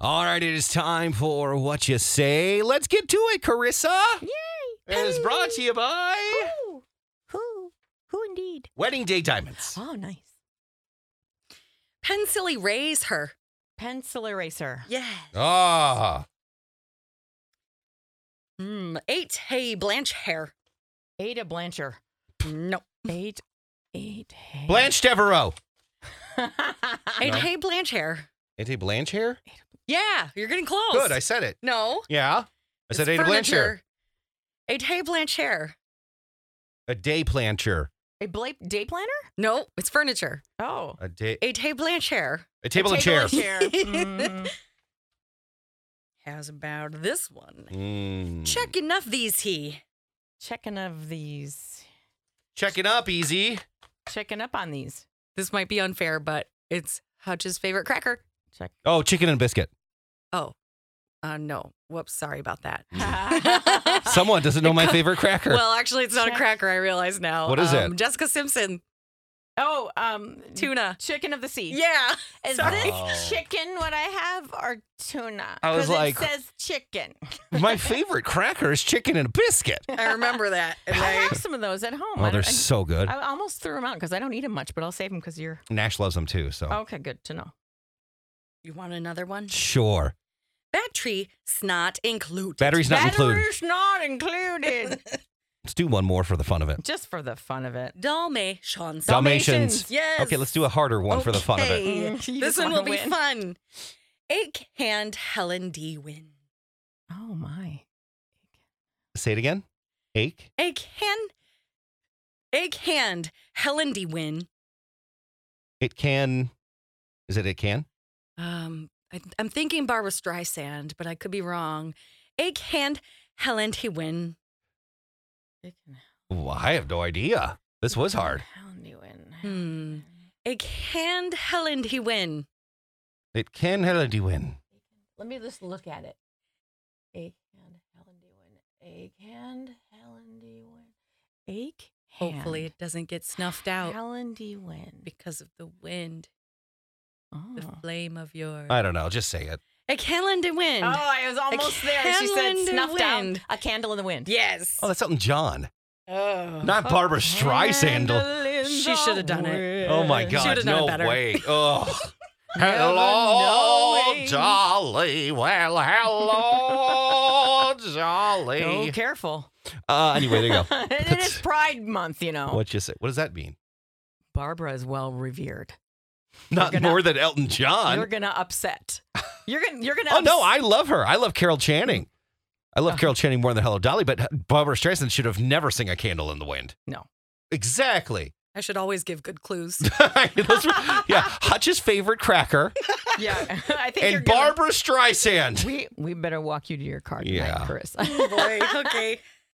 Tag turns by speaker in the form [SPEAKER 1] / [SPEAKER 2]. [SPEAKER 1] All right, it is time for what you say. Let's get to it, Carissa.
[SPEAKER 2] Yay!
[SPEAKER 1] It is brought to you by
[SPEAKER 2] Who? Who? Who indeed?
[SPEAKER 1] Wedding Day Diamonds.
[SPEAKER 2] Oh, nice.
[SPEAKER 3] Pencil erase her.
[SPEAKER 2] Pencil eraser.
[SPEAKER 3] Yeah.
[SPEAKER 1] Ah,
[SPEAKER 3] Mm, eight. Hey, Blanche hair.
[SPEAKER 2] Ada Blancher.
[SPEAKER 3] No.
[SPEAKER 2] Eight. Eight. hey.
[SPEAKER 1] Blanche Devereaux.
[SPEAKER 3] Eight.
[SPEAKER 1] Ah. No.
[SPEAKER 3] Hey, Blanche hair.
[SPEAKER 1] Ain't it Blanche here?
[SPEAKER 3] Yeah, you're getting close.
[SPEAKER 1] Good, I said it.
[SPEAKER 3] no.
[SPEAKER 1] Yeah. I said
[SPEAKER 3] it's
[SPEAKER 1] Ada Blanche here.
[SPEAKER 3] furniture. Eight. Hey, Blanche hair.
[SPEAKER 1] A day plancher.
[SPEAKER 2] A bla- day planner?
[SPEAKER 3] No, it's furniture.
[SPEAKER 2] Oh.
[SPEAKER 1] A day.
[SPEAKER 3] Eight. Hey, Blanche hair.
[SPEAKER 1] A table, and chair.
[SPEAKER 2] Mm.
[SPEAKER 3] How's about this one?
[SPEAKER 1] Mm.
[SPEAKER 3] Check enough these he.
[SPEAKER 2] Checking of these.
[SPEAKER 1] Checking up, easy.
[SPEAKER 2] Checking up on these.
[SPEAKER 3] This might be unfair, but it's Hutch's favorite cracker.
[SPEAKER 2] Check.
[SPEAKER 1] Oh, chicken and biscuit.
[SPEAKER 3] Oh, uh, no. Whoops. Sorry about that.
[SPEAKER 1] Someone doesn't know my favorite cracker.
[SPEAKER 3] Well, actually, it's not a
[SPEAKER 2] Check.
[SPEAKER 3] cracker. I realize now. Um,
[SPEAKER 1] What is it?
[SPEAKER 3] Jessica Simpson
[SPEAKER 2] oh, um,
[SPEAKER 3] tuna.
[SPEAKER 2] Chicken of the sea.
[SPEAKER 3] Yeah.
[SPEAKER 2] Is
[SPEAKER 3] Sorry.
[SPEAKER 1] Oh.
[SPEAKER 2] this chicken what I have or tuna?
[SPEAKER 1] I was
[SPEAKER 2] 'Cause
[SPEAKER 1] like-
[SPEAKER 2] it says chicken.
[SPEAKER 1] my favorite cracker is chicken and biscuit.
[SPEAKER 3] I remember that. And
[SPEAKER 2] I
[SPEAKER 3] I,
[SPEAKER 2] have some of those at home.
[SPEAKER 1] Oh,
[SPEAKER 2] I
[SPEAKER 1] they're
[SPEAKER 2] don't-
[SPEAKER 1] so good.
[SPEAKER 2] I, I almost threw them out because I don't eat them much, but I'll save them because you're
[SPEAKER 1] Nash loves them too, so.
[SPEAKER 2] okay. Good to know.
[SPEAKER 3] you want another one?
[SPEAKER 1] Sure.
[SPEAKER 3] Battery snot included.
[SPEAKER 1] Battery's not included.
[SPEAKER 2] Batteries not included.
[SPEAKER 1] Let's do one more for the fun of it.
[SPEAKER 2] Just for the fun of it.
[SPEAKER 3] Dalmatians.
[SPEAKER 1] Dalmatians.
[SPEAKER 3] Yes.
[SPEAKER 1] Okay, let's do a harder one for the fun of it.
[SPEAKER 3] Okay.
[SPEAKER 2] You
[SPEAKER 3] this
[SPEAKER 2] just
[SPEAKER 3] one will
[SPEAKER 2] wanna
[SPEAKER 3] be
[SPEAKER 2] win.
[SPEAKER 3] fun. Ache hand Helen D. Win.
[SPEAKER 2] Oh my.
[SPEAKER 1] Say it again. Ache.
[SPEAKER 3] Ache hand. Ache hand Helen D. Win.
[SPEAKER 1] It can. Is it? It can.
[SPEAKER 3] Um, I, I'm thinking Barbara Streisand, but I could be wrong. Ache hand Helen D. Win.
[SPEAKER 1] Ooh, I have no idea. This was hard.
[SPEAKER 3] Hmm. Ache hand Helen D. Win.
[SPEAKER 1] It can Helen win.
[SPEAKER 2] Let me just look at it. Egg hand Helen D win. Egg hand Helen D win. Egg hand.
[SPEAKER 3] Hopefully, it doesn't get snuffed out
[SPEAKER 2] Helen D win.
[SPEAKER 3] because of the wind, the
[SPEAKER 2] Oh.
[SPEAKER 3] flame of your.
[SPEAKER 1] I don't know. Just say it.
[SPEAKER 3] A candle in the wind.
[SPEAKER 2] Oh, I was almost there. She
[SPEAKER 3] candle in
[SPEAKER 2] said
[SPEAKER 3] the
[SPEAKER 2] snuffed out.
[SPEAKER 3] wind.
[SPEAKER 2] A candle in the wind.
[SPEAKER 3] Yes.
[SPEAKER 1] Oh, that's something John,
[SPEAKER 3] Oh.
[SPEAKER 1] not Barbara Streisand.
[SPEAKER 3] She should have done it.
[SPEAKER 1] Oh my
[SPEAKER 3] Should've
[SPEAKER 1] God!
[SPEAKER 3] done
[SPEAKER 1] No
[SPEAKER 3] it better.
[SPEAKER 1] way. Oh.
[SPEAKER 2] Never
[SPEAKER 1] Hello,
[SPEAKER 2] knowing.
[SPEAKER 1] Jolly. Well, hello, Jolly.
[SPEAKER 2] Oh, careful.
[SPEAKER 1] Uh, anyway, there you go.
[SPEAKER 2] it is Pride Month, you know.
[SPEAKER 1] What you say? What does that mean?
[SPEAKER 2] Barbara is well revered.
[SPEAKER 1] Not
[SPEAKER 2] gonna-
[SPEAKER 1] more than Elton John.
[SPEAKER 2] you're gonna upset. You're gonna. You're gonna.
[SPEAKER 1] Oh no,
[SPEAKER 2] ups-
[SPEAKER 1] I love her. I love Carol Channing. I love
[SPEAKER 2] Uh-huh.
[SPEAKER 1] Carol Channing more than Hello Dolly, but Barbara Streisand should have never sing "A Candle in the Wind."
[SPEAKER 2] No.
[SPEAKER 1] exactly.
[SPEAKER 3] I should always give good clues.
[SPEAKER 1] Those were- yeah, Hutch's favorite cracker
[SPEAKER 2] Yeah, I think. you're
[SPEAKER 1] and
[SPEAKER 2] gonna-
[SPEAKER 1] Barbara Streisand.
[SPEAKER 2] we we better walk you to your car tonight,
[SPEAKER 1] Yeah.
[SPEAKER 2] Chris.
[SPEAKER 3] Oh, Boy, okay.